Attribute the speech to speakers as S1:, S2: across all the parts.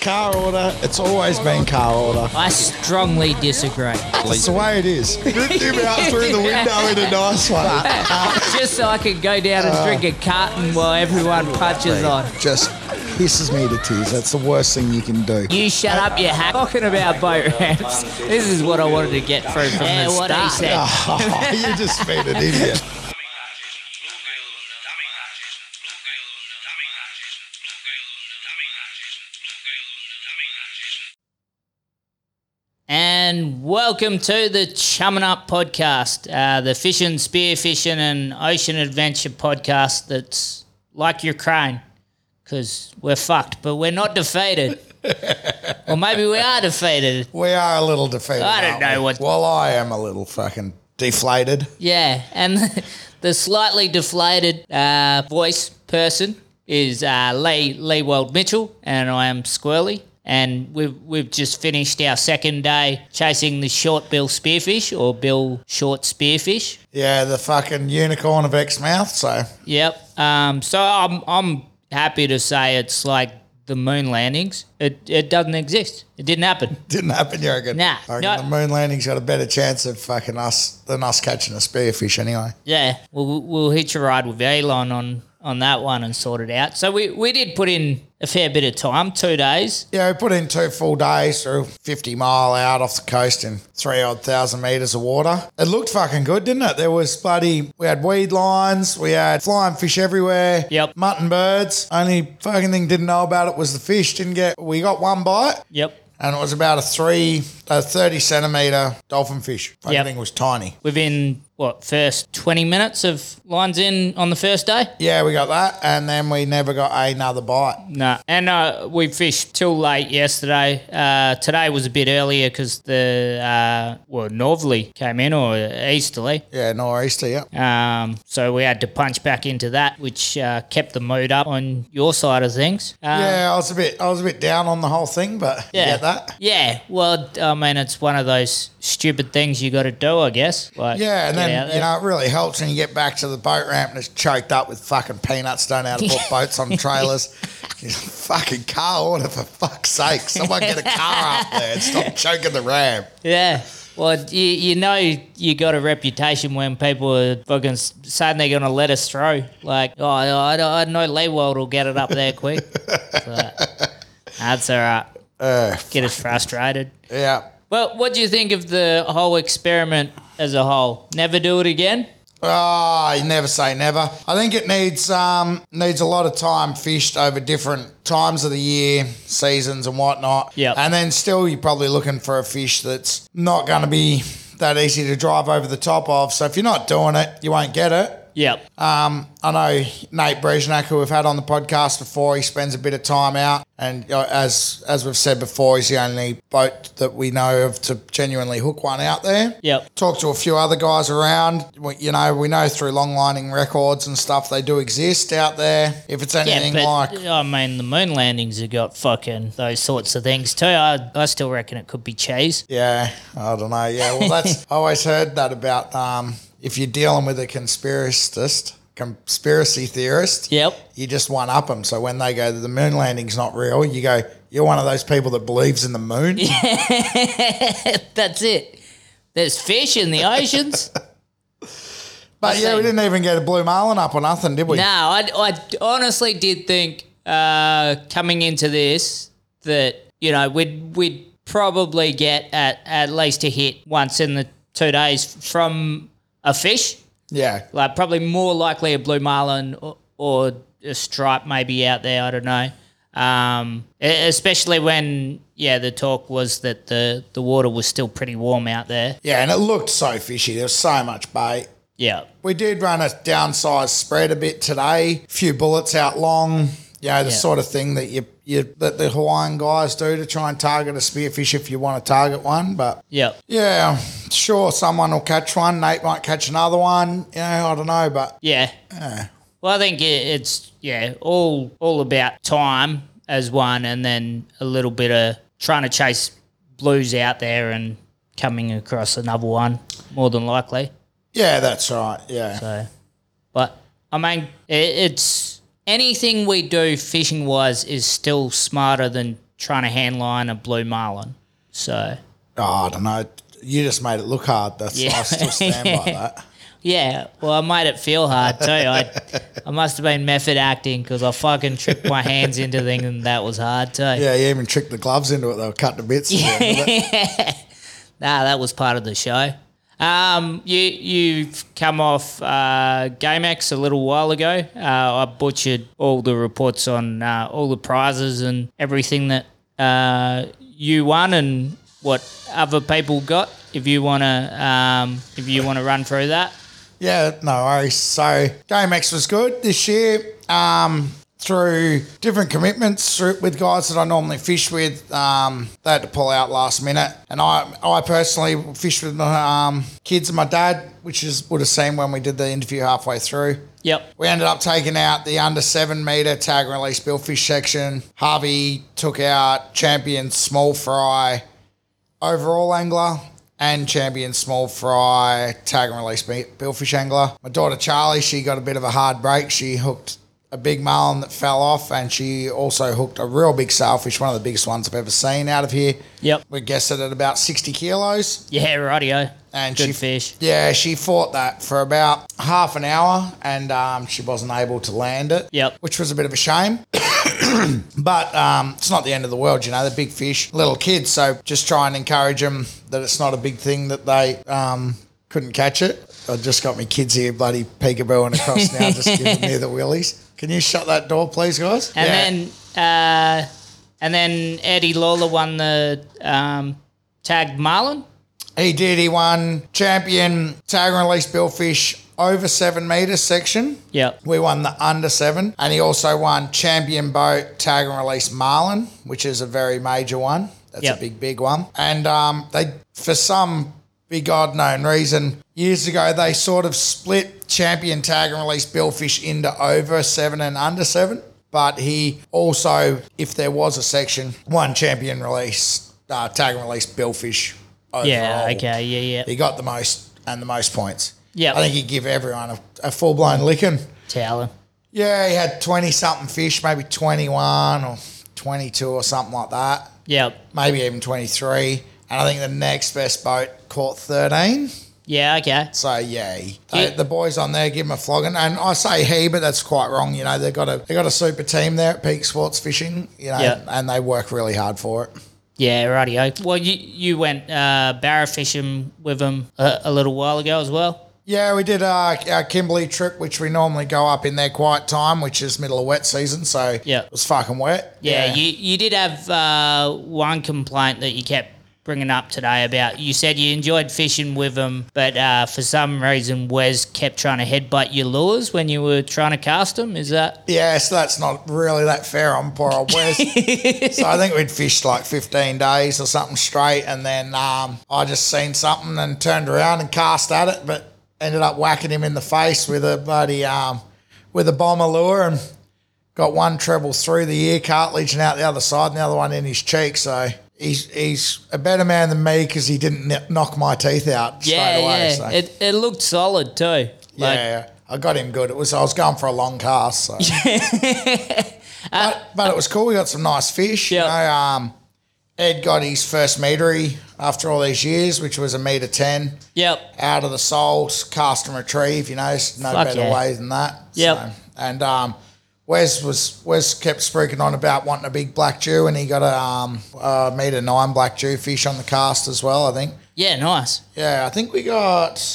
S1: Car order. It's always been car order.
S2: I strongly disagree.
S1: That's the way it is. Ripped him out through the window in a nice way.
S2: Just so I can go down and drink a carton while everyone punches on.
S1: Just pisses me to tears. That's the worst thing you can do.
S2: You shut up, you hack. Talking about boat ramps. This is what I wanted to get through from the start.
S1: you just been an idiot.
S2: And welcome to the Chumming Up podcast, uh, the fishing, spear fishing, and ocean adventure podcast that's like your crane because we're fucked, but we're not defeated. or maybe we are defeated.
S1: We are a little defeated.
S2: I don't
S1: aren't
S2: know
S1: we?
S2: what-
S1: Well, I am a little fucking deflated.
S2: Yeah. And the, slightly deflated uh, voice person is uh, Lee, Lee Weld Mitchell, and I am Squirrely. And we've, we've just finished our second day chasing the short bill spearfish or bill short spearfish.
S1: Yeah, the fucking unicorn of Exmouth. So
S2: Yep. Um, so I'm I'm happy to say it's like the moon landings. It it doesn't exist. It didn't happen.
S1: didn't happen, you reckon?
S2: Nah,
S1: I reckon
S2: no.
S1: the moon landing's got a better chance of fucking us than us catching a spearfish anyway.
S2: Yeah. We'll we'll hitch a ride with Elon on on that one and sort it out. So we we did put in a fair bit of time, two days.
S1: Yeah, we put in two full days through 50 mile out off the coast in three odd thousand metres of water. It looked fucking good, didn't it? There was bloody, we had weed lines, we had flying fish everywhere,
S2: Yep.
S1: mutton birds. Only fucking thing didn't know about it was the fish. Didn't get, we got one bite
S2: Yep.
S1: and it was about a three, a 30 centimetre dolphin fish. Fucking
S2: Yep.
S1: thing was tiny.
S2: Within what first twenty minutes of lines in on the first day.
S1: Yeah, we got that. And then we never got another bite.
S2: No, and uh, we fished till late yesterday. Uh, today was a bit earlier because the uh, well northerly came in or easterly.
S1: Yeah, nor'easter, yeah.
S2: Um, so we had to punch back into that, which uh, kept the mood up on your side of things. Um,
S1: yeah, I was a bit, I was a bit down on the whole thing, but yeah. you get that.
S2: Yeah. Well, I mean, it's one of those stupid things you got to do, I guess. Like,
S1: Yeah, and
S2: get
S1: then
S2: out there.
S1: you know it really helps when you get back to the boat ramp and it's choked up with fucking peanuts. Don't know how to put boats on trailers. You fucking car order for fuck's sake! Someone get a car up there and stop choking the ramp.
S2: Yeah. Well, you, you know you got a reputation when people are fucking s- saying they're going to let us through. Like, oh, I, I, I know Leewald will get it up there quick. But that's all right. get us frustrated.
S1: Yeah.
S2: Well, what do you think of the whole experiment as a whole? Never do it again?
S1: Ah, you never say never. I think it needs um, needs a lot of time fished over different times of the year, seasons, and whatnot.
S2: Yep.
S1: and then still you're probably looking for a fish that's not going to be that easy to drive over the top of. So if you're not doing it, you won't get it.
S2: Yep.
S1: Um, I know Nate Brezhnak, who we've had on the podcast before, he spends a bit of time out, and uh, as as we've said before, he's the only boat that we know of to genuinely hook one out there.
S2: Yep.
S1: Talk to a few other guys around. We- You know, we know through long lining records and stuff, they do exist out there. If it's
S2: Yeah,
S1: anything
S2: but
S1: like
S2: I mean, the moon landings have got fucking those sorts of things too. I, I still reckon it could be cheese.
S1: Yeah, I don't know. Yeah, well, that's I always heard that about um, if you're dealing with a conspiracist, conspiracy theorist.
S2: Yep.
S1: You just one up them. So when they go, the moon landing's not real. You go, you're one of those people that believes in the moon.
S2: That's it. There's fish in the oceans.
S1: but yeah, we
S2: same.
S1: didn't even get a blue marlin up or nothing, did we?
S2: no, I, I honestly did think uh, coming into this that you know we'd we'd probably get at at least a hit once in the two days from a fish.
S1: Yeah.
S2: Like probably more likely a blue marlin or, or a stripe maybe out there. I don't know. Um, e- especially when yeah, the talk was that the the water was still pretty warm out there.
S1: Yeah, and it looked so fishy. There was so much bait.
S2: Yeah.
S1: We did run a downsized spread a bit today. A few bullets out long. You know, the
S2: Yeah.
S1: sort of thing that you, you that the Hawaiian guys do to try and target a spearfish if you want to target one. But
S2: Yeah.
S1: yeah, sure, someone will catch one. Nate might catch another one. You know, I don't know, but
S2: Yeah. Well, I think it, it's yeah, all all about time as one, and then a little bit of trying to chase blues out there and coming across another one, more than likely.
S1: yeah, that's right. Yeah,
S2: So, but I mean, it, it's anything we do fishing wise is still smarter than trying to handline a blue marlin. So
S1: Oh, I don't know. You just made it look hard. That's
S2: Yeah.
S1: I still stand by that.
S2: yeah, well, I made it feel hard too. I I must have been method acting because I fucking tricked my hands into things and that was hard too.
S1: Yeah, you even tricked the gloves into it. They were cut to bits.
S2: Nah, that was part of the show. Um, you you've come off uh, GameX a little while ago. Uh, I butchered all the reports on uh, all the prizes and everything that uh, you won and what other people got. If you wanna um, if you wanna run through that,
S1: Yeah, no worries. So GameX was good this year. Um, through different commitments through, with guys that I normally fish with, um, they had to pull out last minute, and I I personally fished with my um, kids and my dad, which is would have seen when we did the interview halfway through.
S2: yep,
S1: We ended up taking out the under seven meter tag and release billfish section. Harvey took out champion small fry overall angler and champion small fry tag and release bi- billfish angler. My daughter Charlie, she got a bit of a hard break. She hooked a big marlin that fell off and she also hooked a real big sailfish, one of the biggest ones I've ever seen out of here.
S2: yep,
S1: We guessed it at about 60 kilos
S2: yeah, rightio.
S1: and
S2: Good
S1: she
S2: fish.
S1: Yeah, she fought that for about half an hour, and um, she wasn't able to land it.
S2: Yep.
S1: which was a bit of a shame. but um, it's not the end of the world, you know. They're big fish, little kids, so just try and encourage them that it's not a big thing that they um, couldn't catch it. I just got my kids here, bloody peekabooing across now, just giving me the willies. Can you shut that door, please, guys?
S2: And then uh, and then Eddie Lawler won the um, tagged marlin.
S1: He did. He won champion tag and release billfish over seven meters section.
S2: Yep.
S1: We won the under seven, and he also won champion boat tag and release marlin, which is a very major one. That's
S2: Yep.
S1: a big, big one. And um, they, for some big unknown reason, years ago they sort of split champion tag and release billfish into over seven and under seven. But he also, if there was a section, won champion release uh, tag and release billfish. Overall.
S2: Yeah. Okay. Yeah. Yeah.
S1: He got the most and the most points.
S2: Yep.
S1: I think he'd give everyone a, a full blown licking.
S2: Towler.
S1: Yeah, he had 20 something fish, maybe 21 or 22 or something like that,
S2: Yep.
S1: maybe even 23. And I think the next best boat caught 13.
S2: Yeah. Okay.
S1: So, yeah, he- they-
S2: Yeah.
S1: the boys on there give him a flogging. And I say he, but that's quite wrong. You know, they've got a, they got a super team there at Peak Sports Fishing, you know,
S2: Yeah.
S1: and they work really hard for it.
S2: Yeah. Rightio. Well, you you went uh, barra fishing with them a, a little while ago as well.
S1: Yeah, we did our, our Kimberley trip, which we normally go up in their quiet time, which is middle of wet season. So,
S2: Yeah.
S1: it was fucking wet.
S2: Yeah. You you did have uh, one complaint that you kept bringing up today about you said you enjoyed fishing with them, but uh, for some reason Wes kept trying to headbutt your lures when you were trying to cast them. Is that?
S1: Yeah, so that's not really that fair on poor old Wes. so I think we'd fished like 15 days or something straight, and then um, I just seen something and turned around and cast at it, but ended up whacking him in the face with a bloody um, with a bomber lure and got one treble through the ear cartilage and out the other side, and the other one in his cheek. So he's he's a better man than me because he didn't kn- knock my teeth out straight
S2: Yeah.
S1: away.
S2: yeah.
S1: So
S2: It it looked solid too. Like,
S1: yeah, I got him good. It was I was going for a long cast, so. but, but it was cool. We got some nice fish.
S2: Yeah.
S1: You know, um, Ed got his first meatery after all these years, which was a meter ten
S2: Yep.
S1: out of the soles, cast and retrieve. You know, there's no
S2: Fuck
S1: better
S2: yeah.
S1: way than that.
S2: Yep.
S1: So, and um, Wes was Wes kept speaking on about wanting a big black Jew, and he got a um, uh, meter nine black Jew fish on the cast as well. I think.
S2: Yeah. Nice.
S1: Yeah, I think we got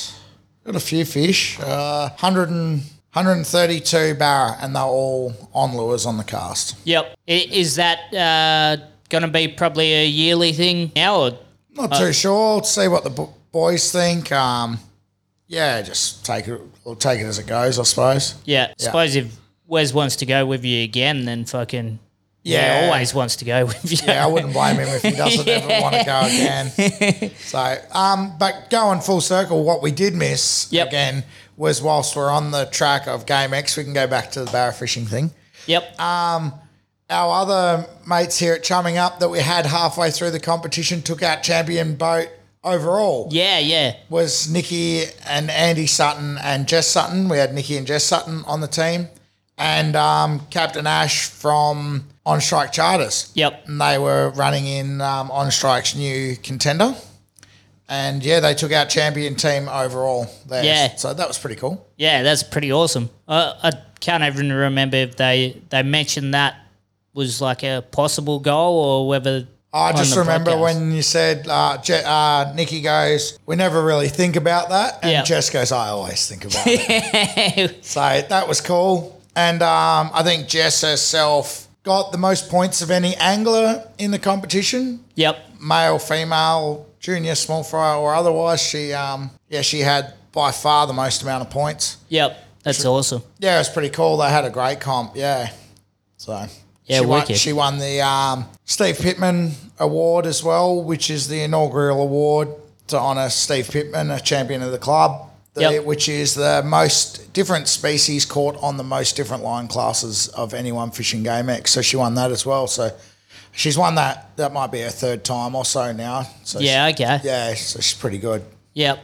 S1: got a few fish. Uh, 100 and, 132 barra, and they're all on lures on the cast.
S2: Yep. I- Is that uh, going to be probably a yearly thing now? Or
S1: Not
S2: Uh,
S1: too sure. see what the b- boys think. Um, yeah, just take it. We'll take it as it goes, I suppose.
S2: yeah, suppose if Wes wants to go with you again, then fucking yeah,
S1: Yeah.
S2: always wants to go with you.
S1: Yeah, I wouldn't blame him if he doesn't ever want to go again. So, um, but going full circle, what we did miss
S2: Yep.
S1: again was whilst we're on the track of Game X, we can go back to the barra fishing thing.
S2: Yep.
S1: Uh, our other mates here at Chumming Up that we had halfway through the competition took out champion boat overall
S2: yeah. Yeah.
S1: was Nikki and Andy Sutton and Jess Sutton. We had Nikki and Jess Sutton on the team. and um, Captain Ash from On Strike Charters.
S2: Yep.
S1: And they were running in um, On Strike's new contender. And yeah, they took out champion team overall there.
S2: Yeah.
S1: So that was pretty cool.
S2: Yeah, that's pretty awesome. I, I can't even remember if they they mentioned that was like a possible goal or whether.
S1: I
S2: on
S1: just
S2: the
S1: remember
S2: broadcast.
S1: when you said, uh, Je- uh, Nikki goes, We never really think about that. And
S2: Yeah.
S1: Jess goes, I always think about it. So that was cool. And um, I think Jess herself got the most points of any angler in the competition,
S2: yep.
S1: male, female, junior, small fry, or otherwise. She, um, yeah, she had by far the most amount of points.
S2: Yep. That's awesome.
S1: Yeah, it was pretty cool. They had a great comp. Yeah. So.
S2: Yeah,
S1: she won,
S2: wicked.
S1: she won the um, Steve Pittman Award as well, which is the inaugural award to honour Steve Pittman, a champion of the club, the-
S2: Yep.
S1: which is the most different species caught on the most different line classes of anyone fishing game X. So she won that as well. So she's won that. That might be her third time or so now. So she-
S2: Yeah. Okay.
S1: yeah, so she's pretty good.
S2: Yep.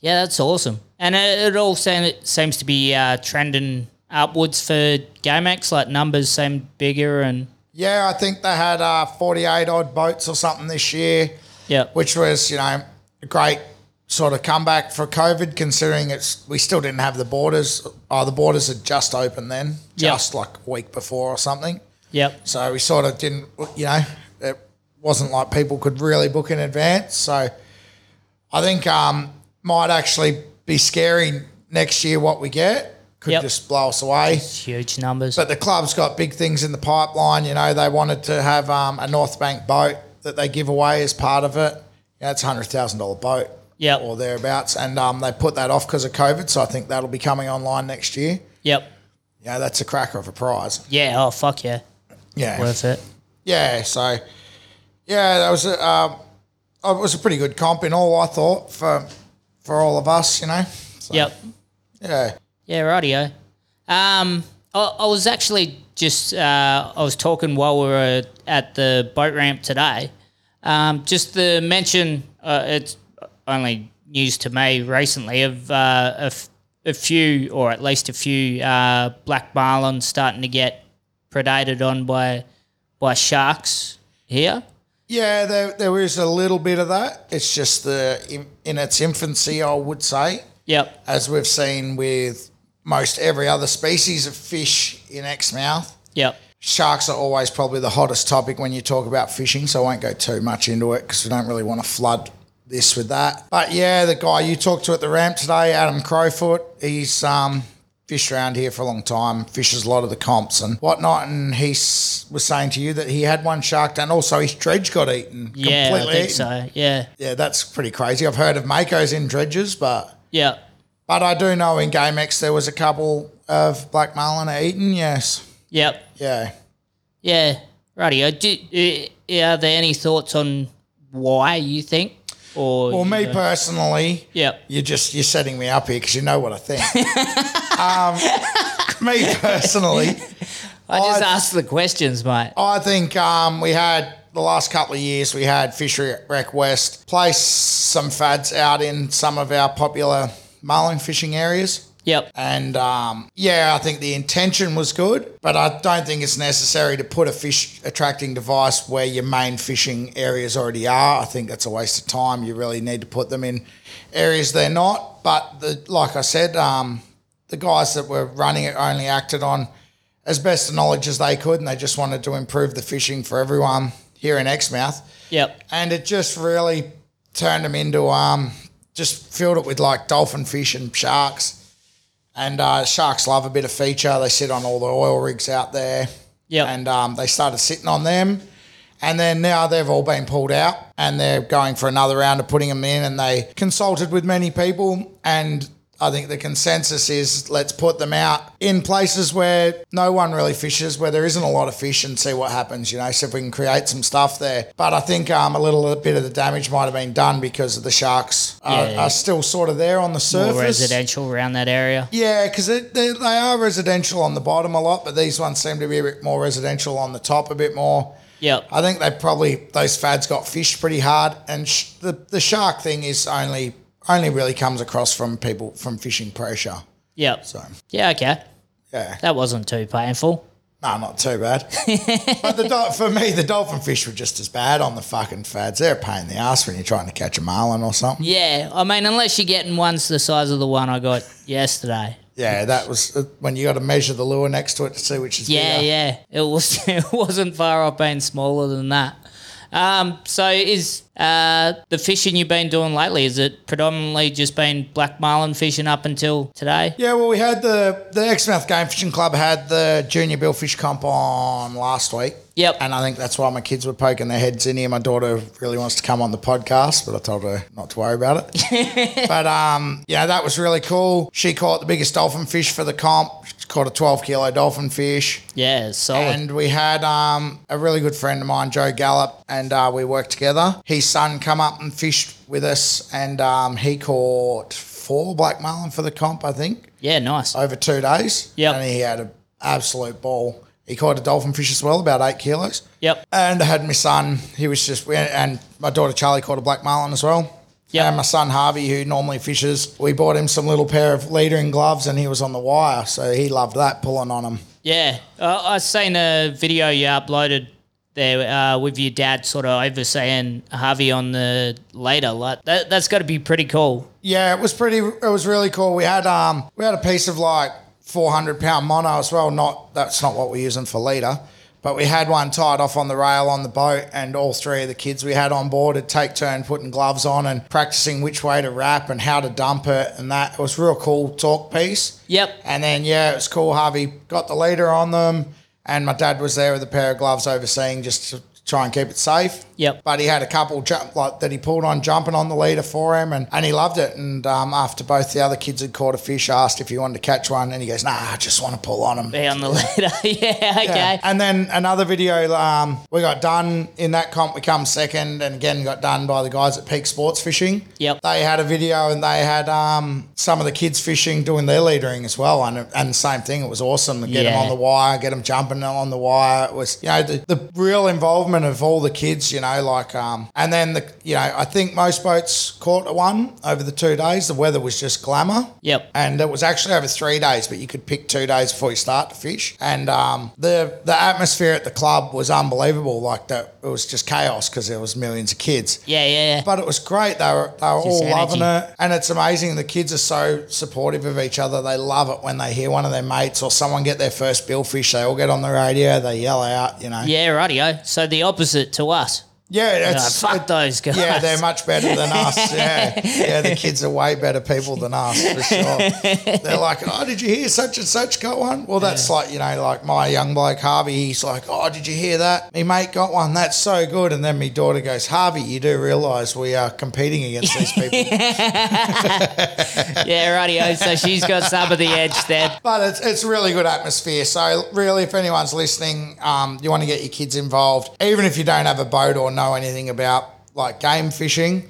S2: Yeah, that's awesome. And it, it all seem, it seems to be uh, trending upwards for GameX. Like numbers seem bigger and
S1: Yeah, I think they had uh, 48 odd boats or something this year.
S2: yeah,
S1: which was you know a great sort of comeback for COVID, considering it's we still didn't have the borders. Oh, the borders had just opened then,
S2: Yeah.
S1: just like a week before or something.
S2: yep,
S1: So we sort of didn't, you know, it wasn't like people could really book in advance. So I think um might actually be scary next year what we get. Could
S2: Yep.
S1: just blow us away.
S2: it's huge numbers.
S1: But the club's got big things in the pipeline. You know, they wanted to have um, a North Bank boat that they give away as part of it. Yeah, it's a hundred thousand dollar boat,
S2: Yep.
S1: or thereabouts. And um, they put that off because of COVID. So I think that'll be coming online next year.
S2: yep.
S1: Yeah, that's a cracker of a prize.
S2: Yeah. Oh fuck yeah,
S1: Yeah,
S2: worth it.
S1: yeah. So yeah, that was a um, it was a pretty good comp in all. I thought for for all of us, you know. So,
S2: Yep.
S1: Yeah.
S2: Yeah. Rightio. Um, I, I was actually just uh, I was talking while we were at the boat ramp today. Um, just the mention, uh, it's only news to me recently of uh, a, f- a few, or at least a few, uh, black marlin starting to get predated on by by sharks here.
S1: Yeah, there, there is a little bit of that. It's just the in, in its infancy, I would say.
S2: Yep.
S1: as we've seen with most every other species of fish in Exmouth.
S2: Yep.
S1: Sharks are always probably the hottest topic when you talk about fishing, so I won't go too much into it because we don't really want to flood this with that. But yeah, the guy you talked to at the ramp today, Adam Crowfoot, he's um, fished around here for a long time, fishes a lot of the comps and whatnot, and he s- was saying to you that he had one shark and also his dredge got eaten.
S2: Yeah, I
S1: completely
S2: think
S1: eaten.
S2: so. Yeah.
S1: Yeah, that's pretty crazy. I've heard of makos in dredges, but
S2: Yep.
S1: but I do know in GameX there was a couple of black marlin eaten. Yes,
S2: Yep.
S1: yeah.
S2: Yeah, rightio. Do, uh, are there any thoughts on why you think? Or
S1: Well,
S2: you
S1: me
S2: know-
S1: personally,
S2: Yep.
S1: you're just you're setting me up here because you know what I think. um, me personally,
S2: I just
S1: I-
S2: asked the questions, mate.
S1: I think um, we had the last couple of years we had Fishery Rec West place some fads out in some of our popular marlin fishing areas.
S2: Yep.
S1: And um, yeah, I think the intention was good, but I don't think it's necessary to put a fish attracting device where your main fishing areas already are. I think that's a waste of time. You really need to put them in areas they're not. But the, like I said, um, the guys that were running it only acted on as best a knowledge as they could, and they just wanted to improve the fishing for everyone here in Exmouth
S2: Yep.
S1: and it just really turned them into um, just filled it with like dolphin fish and sharks. And uh, sharks love a bit of feature. They sit on all the oil rigs out there.
S2: Yep.
S1: And um, they started sitting on them. And then now they've all been pulled out and they're going for another round of putting them in. And they consulted with many people. And I think the consensus is let's put them out in places where no one really fishes, where there isn't a lot of fish and see what happens, you know, see if we can create some stuff there. But I think um, a little bit of the damage might have been done because of the sharks are,
S2: Yeah.
S1: are still sort of there on the
S2: More
S1: surface.
S2: residential around that area.
S1: Yeah, because they, they are residential on the bottom a lot, but these ones seem to be a bit more residential on the top a bit more.
S2: Yep.
S1: I think they probably those fads got fished pretty hard, and sh- the the shark thing is only only really comes across from people from fishing pressure.
S2: Yep.
S1: So
S2: Yeah. Okay.
S1: Yeah.
S2: That wasn't too painful.
S1: No, not too bad. but the dol- for me, the dolphin fish were just as bad on the fucking fads. They're a pain in the ass when you're trying to catch a marlin or something.
S2: Yeah, I mean, unless you're getting ones the size of the one I got yesterday.
S1: Yeah, that was uh, when you got to measure the lure next to it to see which is
S2: Yeah,
S1: bigger.
S2: yeah, it was. It wasn't far off being smaller than that. Um, so is uh, the fishing you've been doing lately? Is it predominantly just been black marlin fishing up until today?
S1: Yeah, well, we had the the Exmouth Game Fishing Club had the Junior Billfish Comp on last week.
S2: Yep.
S1: And I think that's why my kids were poking their heads in here. My daughter really wants to come on the podcast, but I told her not to worry about it. but um, yeah, that was really cool. She caught the biggest dolphin fish for the comp. She caught a 12 kilo dolphin fish.
S2: Yeah, solid.
S1: And we had um, a really good friend of mine, Joe Gallup, and uh, we worked together. His son come up and fished with us, and um, he caught four black marlin for the comp, I think,
S2: yeah, nice.
S1: over two days.
S2: Yep.
S1: And he had an absolute ball. He caught a dolphin fish as well, about eight kilos.
S2: Yep.
S1: And I had my son. He was just, we- and my daughter Charlie caught a black marlin as well.
S2: Yep.
S1: And my son Harvey, who normally fishes, we bought him some little pair of leadering gloves, and he was on the wire, so he loved that pulling on him.
S2: Yeah, uh, I seen a video you uploaded there uh, with your dad sort of overseeing Harvey on the later. Like that, that's got to be pretty cool.
S1: Yeah, it was pretty. It was really cool. We had um, we had a piece of like four hundred pound mono as well. Not that's not what we're using for leader, but we had one tied off on the rail on the boat, and all three of the kids we had on board would take turn putting gloves on and practicing which way to wrap and how to dump it, and that it was a real cool talk piece.
S2: Yep.
S1: And then yeah, it was cool. Harvey got the leader on them, and my dad was there with a pair of gloves overseeing just to try and keep it safe.
S2: Yep.
S1: But he had a couple jump like that he pulled on jumping on the leader for him, and, and he loved it. And um, after both the other kids had caught a fish, asked if he wanted to catch one, and he goes, "Nah, I just want to pull on him."
S2: Be on the later. yeah. Okay.
S1: Yeah. And then another video, um, we got done in that comp. We come second, and again got done by the guys at Peak Sports Fishing.
S2: Yep.
S1: They had a video, and they had um, some of the kids fishing doing their leadering as well, and and the same thing. It was awesome to get
S2: Yeah.
S1: them on the wire, get them jumping on the wire. It was you know the, the real involvement of all the kids, you know, like um, and then the you know I think most boats caught one over the two days. The weather was just glamour.
S2: Yep.
S1: And it was actually over three days, but you could pick two days before you start to fish. And um, the the atmosphere at the club was unbelievable. Like that, it was just chaos because there was millions of kids.
S2: Yeah. Yeah. Yeah.
S1: But it was great. They were they were
S2: Just
S1: all loving
S2: energy.
S1: it, and it's amazing. The kids are so supportive of each other. They love it when they hear one of their mates or someone get their first billfish. They all get on the radio. They yell out, you know.
S2: Yeah. Rightio. So the opposite to us.
S1: yeah
S2: Uh,
S1: it's,
S2: fuck
S1: it-
S2: those guys.
S1: yeah, they're much better than us. Yeah, yeah, the kids are way better people than us for sure. They're like, oh, did you hear such and such got one? Well, that's like you know, like my young bloke Harvey. He's like, oh, did you hear that? Me mate got one. That's so good. And then my daughter goes, Harvey, you do realise we are competing against these people.
S2: yeah. Rightio. So she's got some of the edge there.
S1: but it's it's really good atmosphere. So really, if anyone's listening, um, you want to get your kids involved, even if you don't have a boat or know anything about like game fishing.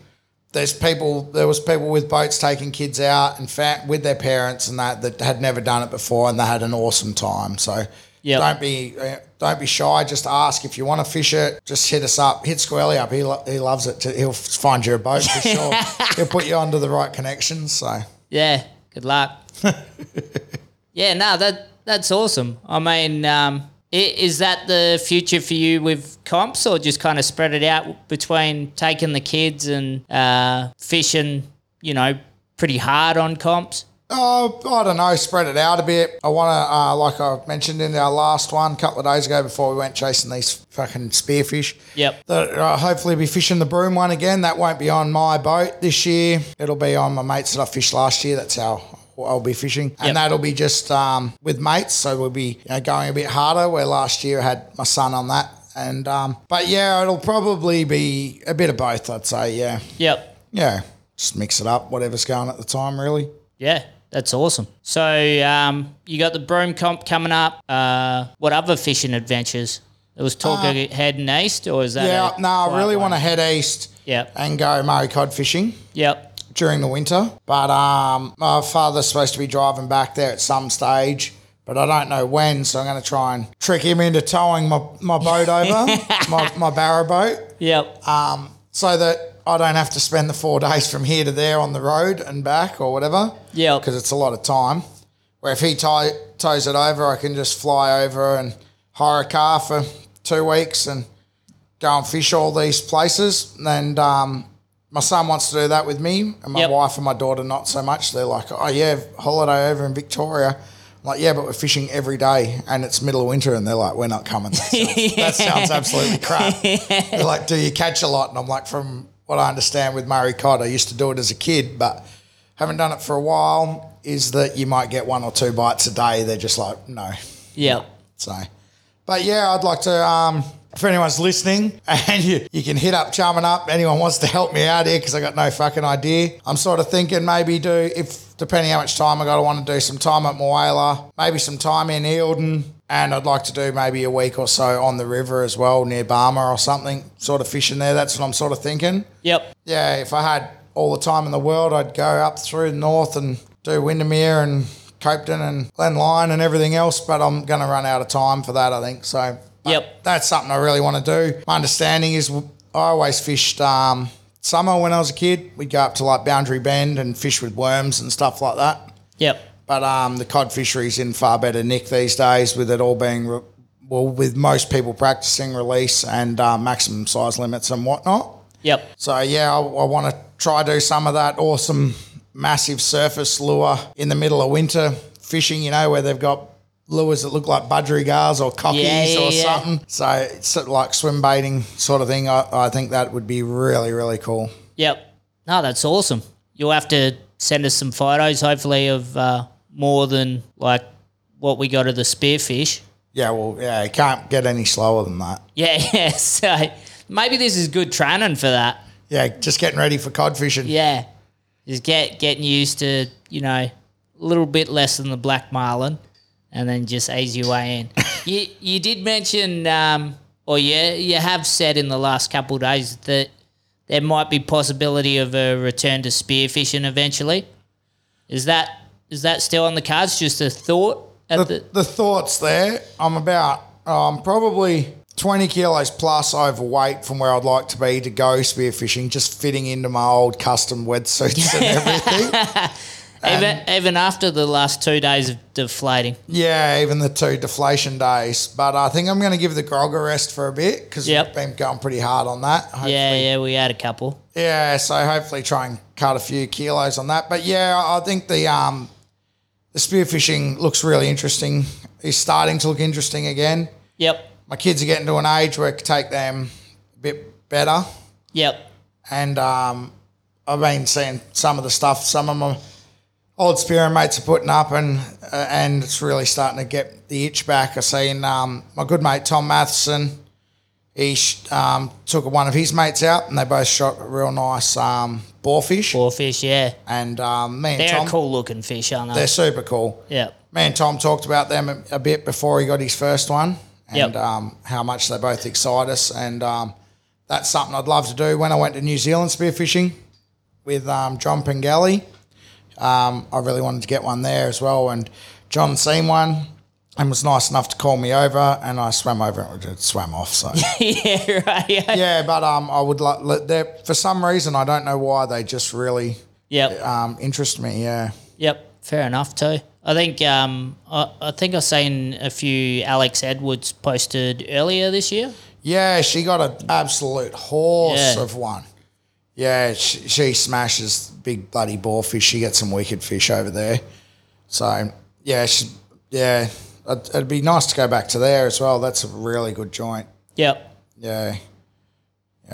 S1: there's people there was people with boats taking kids out and fa- with their parents and that that had never done it before and they had an awesome time so
S2: Yep.
S1: don't be uh, don't be shy just ask if you want to fish it just hit us up hit squirrely up he, lo- he loves it too. he'll find you a boat for sure he'll put you onto the right connections so
S2: Yeah. Good luck. yeah. No. That that's awesome. I mean, um, i- is that the future for you with comps, or just kind of spread it out between taking the kids and uh, fishing? You know, pretty hard on comps.
S1: Oh, I don't know. Spread it out a bit. I want to, uh, like I mentioned in our last one a couple of days ago, before we went chasing these fucking spearfish.
S2: Yep.
S1: That uh, hopefully be fishing the broom one again. That won't be on my boat this year. It'll be on my mates that I fished last year. That's how I'll be fishing, and
S2: Yep.
S1: that'll be just um, with mates. So we'll be you know, going a bit harder. Where last year I had my son on that, and um, but yeah, it'll probably be a bit of both. I'd say, yeah,
S2: Yep.
S1: yeah. Just mix it up, whatever's going at the time, really.
S2: Yeah, that's awesome. So um, you got the broom comp coming up. Uh, what other fishing adventures? It was talk of heading east, or is that?
S1: Uh, Yeah,
S2: a
S1: no, I
S2: quiet
S1: really
S2: one?
S1: want to head east
S2: Yep.
S1: and go Murray cod fishing
S2: Yep.
S1: during the winter. But um, my father's supposed to be driving back there at some stage, but I don't know when. So I'm going to try and trick him into towing my, my boat over, my, my barrow boat,
S2: Yep.
S1: Uh, so that I don't have to spend the four days from here to there on the road and back or whatever,
S2: yep.
S1: because it's a lot of time. Where if he tie, tows it over, I can just fly over and hire a car for two weeks and go and fish all these places. And um, my son wants to do that with me, and my
S2: Yep.
S1: wife and my daughter not so much. They're like, "Oh yeah, holiday over in Victoria." I'm like, "Yeah, but we're fishing every day, and it's middle of winter." And they're like, "We're not coming." That sounds, that sounds absolutely crap. They're like, "Do you catch a lot?" And I'm like, "From what I understand with Murray cod, I used to do it as a kid, but haven't done it for a while." Is that you might get one or two bites a day? They're just like, "No."
S2: Yeah.
S1: So, but yeah, I'd like to. Um, if anyone's listening, and you, you can hit up Charming Up. Anyone wants to help me out here because I got no fucking idea. I'm sort of thinking maybe do if depending how much time I got, I want to do some time at Moala, maybe some time in Eildon, and I'd like to do maybe a week or so on the river as well near Barmer or something, sort of fishing there. That's what I'm sort of thinking
S2: Yep.
S1: yeah, if I had all the time in the world, I'd go up through the north and do Windermere and Copeton and Glen Lyon and everything else. But I'm going to run out of time for that, I think. So but
S2: Yep.
S1: that's something I really want to do. My understanding is I always fished um, summer when I was a kid. We'd go up to like Boundary Bend and fish with worms and stuff like that.
S2: Yep.
S1: But um, the cod fishery's in far better nick these days, with it all being re- well, with most people practicing release and uh, maximum size limits and whatnot.
S2: Yep.
S1: So yeah, I, I want to try do some of that awesome massive surface lure in the middle of winter fishing. You know where they've got lures that look like budgerigars or cockies
S2: Yeah, yeah,
S1: or
S2: yeah.
S1: something. So it's sort of like swim baiting sort of thing. I, I think that would be really really cool.
S2: Yep. No, that's awesome. You'll have to send us some photos, hopefully, of uh, more than like what we got of the spearfish.
S1: Yeah, well, yeah, it can't get any slower than that.
S2: Yeah, yeah. So maybe this is good training for that.
S1: Yeah, just getting ready for cod fishing.
S2: Yeah. Just get getting used to, you know, a little bit less than the black marlin and then just ease your way in. you you did mention um or yeah, you have said in the last couple of days that there might be possibility of a return to spearfishing eventually. Is that is that still on the cards? Just a thought at the,
S1: the, the thoughts there. I'm about um, probably 20 kilos plus overweight from where I'd like to be to go spearfishing, just fitting into my old custom wetsuits and everything.
S2: even,
S1: um,
S2: even after the last two days of deflating.
S1: yeah, even the two deflation days. But I think I'm going to give the grog a rest for a bit because
S2: Yep.
S1: we've been going pretty hard on that. Hopefully-
S2: Yeah, yeah, we had a couple.
S1: Yeah, so hopefully try and cut a few kilos on that. But yeah, I think the um, the spearfishing looks really interesting. It's starting to look interesting again.
S2: Yep.
S1: my kids are getting to an age where it could take them a bit better.
S2: Yep.
S1: And um, I've been seeing some of the stuff some of my old spearing mates are putting up, and uh, and it's really starting to get the itch back. I've seen um, my good mate Tom Matheson. He sh- um, took one of his mates out, and they both shot a real nice um, boarfish.
S2: Four fish, yeah.
S1: And um, me and
S2: They're
S1: Tom,
S2: a cool looking fish, aren't they?
S1: they're super cool.
S2: Yep.
S1: Me and Tom talked about them a, a bit before he got his first one and
S2: Yep.
S1: um, how much they both excite us. And um, that's something I'd love to do. When I went to New Zealand spearfishing with um, John Pengelly, um, I really wanted to get one there as well. And John seen one and was nice enough to call me over, and I swam over it. It swam off, so.
S2: yeah, right. Yeah.
S1: yeah, but um, I would like, they're- for some reason, I don't know why, they just really
S2: Yep.
S1: um, interest me, yeah.
S2: Yep. Fair enough too. I think um I, I think I seen a few Alex Edwards posted earlier this year.
S1: Yeah, she got an absolute horse
S2: Yeah.
S1: of one. Yeah, she, she smashes big bloody boarfish. She gets some wicked fish over there. So yeah, she, yeah, it'd, it'd be nice to go back to there as well. That's a really good joint.
S2: Yep.
S1: Yeah,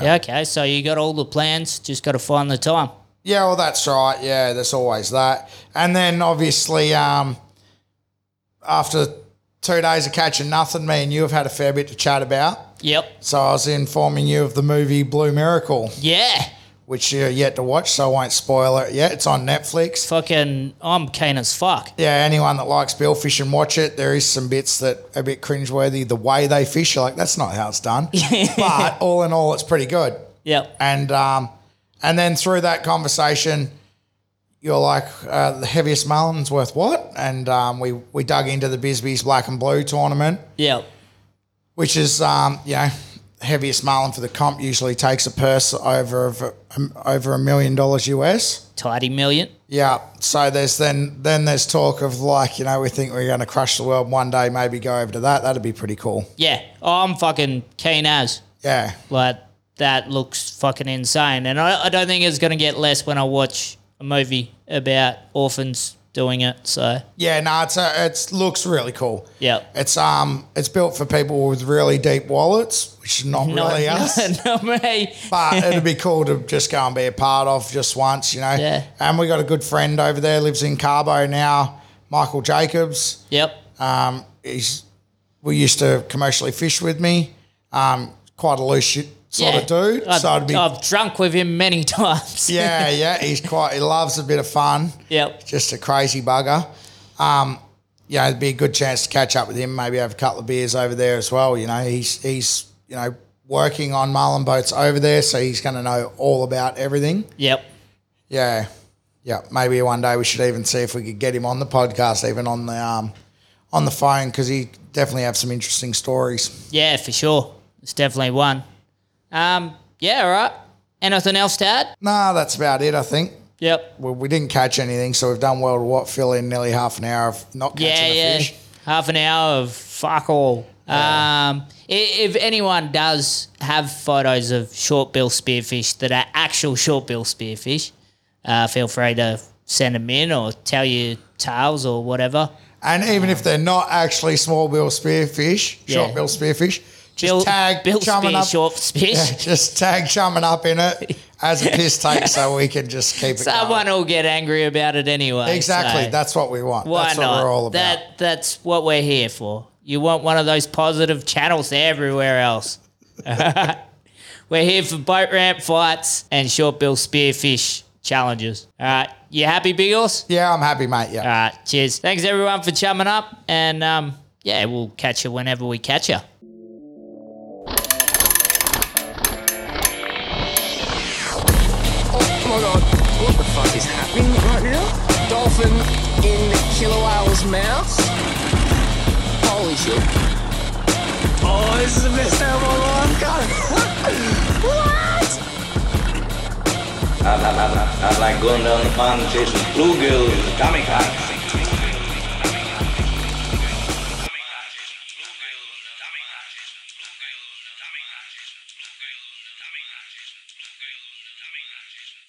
S2: Yeah, okay. So you got all the plans, just gotta find the time.
S1: yeah. Well, that's right. Yeah, there's always that. And then obviously, um, after two days of catching nothing, me and you have had a fair bit to chat about.
S2: Yep.
S1: So I was informing you of the movie Blue Miracle.
S2: Yeah.
S1: which you're yet to watch, so I won't spoil it yet. It's on Netflix.
S2: Fucking I'm keen as fuck.
S1: Yeah, anyone that likes billfish and watch it, there is some bits that are a bit cringeworthy. The way they fish, you're like, that's not how it's done. but all in all, it's pretty good.
S2: Yep.
S1: And um, and then through that conversation, you're like, uh, the heaviest marlin's worth what? And um, we we dug into the Bisbee's Black and Blue tournament,
S2: Yep.
S1: which is um, you know heaviest marlin for the comp usually takes a purse over of, um, over a million dollars US.
S2: Tidy million.
S1: Yeah. So there's then then there's talk of like you know we think we're going to crush the world one day. Maybe go over to that. That'd be pretty cool.
S2: Yeah. Oh, I'm fucking keen as.
S1: Yeah.
S2: Like that looks fucking insane, and I, I don't think it's gonna get less when I watch a movie about orphans doing it. So
S1: Yeah. No, it's a, it's looks really cool.
S2: yeah.
S1: It's um it's built for people with really deep wallets, which is not really us.
S2: not me.
S1: But it'd be cool to just go and be a part of just once, you know.
S2: Yeah.
S1: And we got a good friend over there, lives in Carbo now, Michael Jacobs.
S2: Yep.
S1: Um, he's we used to commercially fish with me. Um, quite a loose shit sort
S2: yeah.
S1: of dude.
S2: I've,
S1: so it'd be
S2: I've drunk with him many times.
S1: yeah, yeah. He's quite. He loves a bit of fun.
S2: Yep.
S1: Just a crazy bugger. Um, yeah, it'd be a good chance to catch up with him. Maybe have a couple of beers over there as well. You know, he's he's you know working on marlin boats over there, so he's going to know all about everything.
S2: Yep.
S1: Yeah, yeah. Maybe one day we should even see if we could get him on the podcast, even on the um, on the phone, because he definitely have some interesting stories.
S2: Yeah, for sure. It's definitely one. Um, yeah, all right. Anything else to add?
S1: Nah, that's about it. I think.
S2: Yep.
S1: Well, we didn't catch anything, so we've done well to what fill in nearly half an hour of not catching
S2: Yeah,
S1: a
S2: yeah.
S1: fish.
S2: Half an hour of fuck all. Um, i- if anyone does have photos of short bill spearfish that are actual short bill spearfish, uh, feel free to send them in or tell your tales or whatever.
S1: And even if they're not actually small bill spearfish,
S2: Yeah.
S1: short bill spearfish, just
S2: Bill,
S1: tag
S2: bill
S1: chumming
S2: spear,
S1: up.
S2: short spear.
S1: Yeah, just tag chumming up in it as a piss take, so we can just keep it.
S2: Someone
S1: going.
S2: will get angry about it anyway.
S1: Exactly.
S2: so-
S1: That's what we want.
S2: Why
S1: That's
S2: not?
S1: what we're all about.
S2: That that's what we're here for. You want one of those positive channels everywhere else. we're here for boat ramp fights and short bill spearfish challenges. All right, you happy, Big Horse?
S1: yeah, I'm happy, mate.
S2: All
S1: Yeah.
S2: right, cheers. Thanks everyone for chumming up, and um, yeah, we'll catch you whenever we catch you.
S3: Oh my god, what the fuck is happening right now? Dolphin in the killer whale's mouth? Holy shit. Oh, this is the best day of my life, God. what?
S4: I, I, I, I like going down the pond and chasing bluegills and tommy cocks.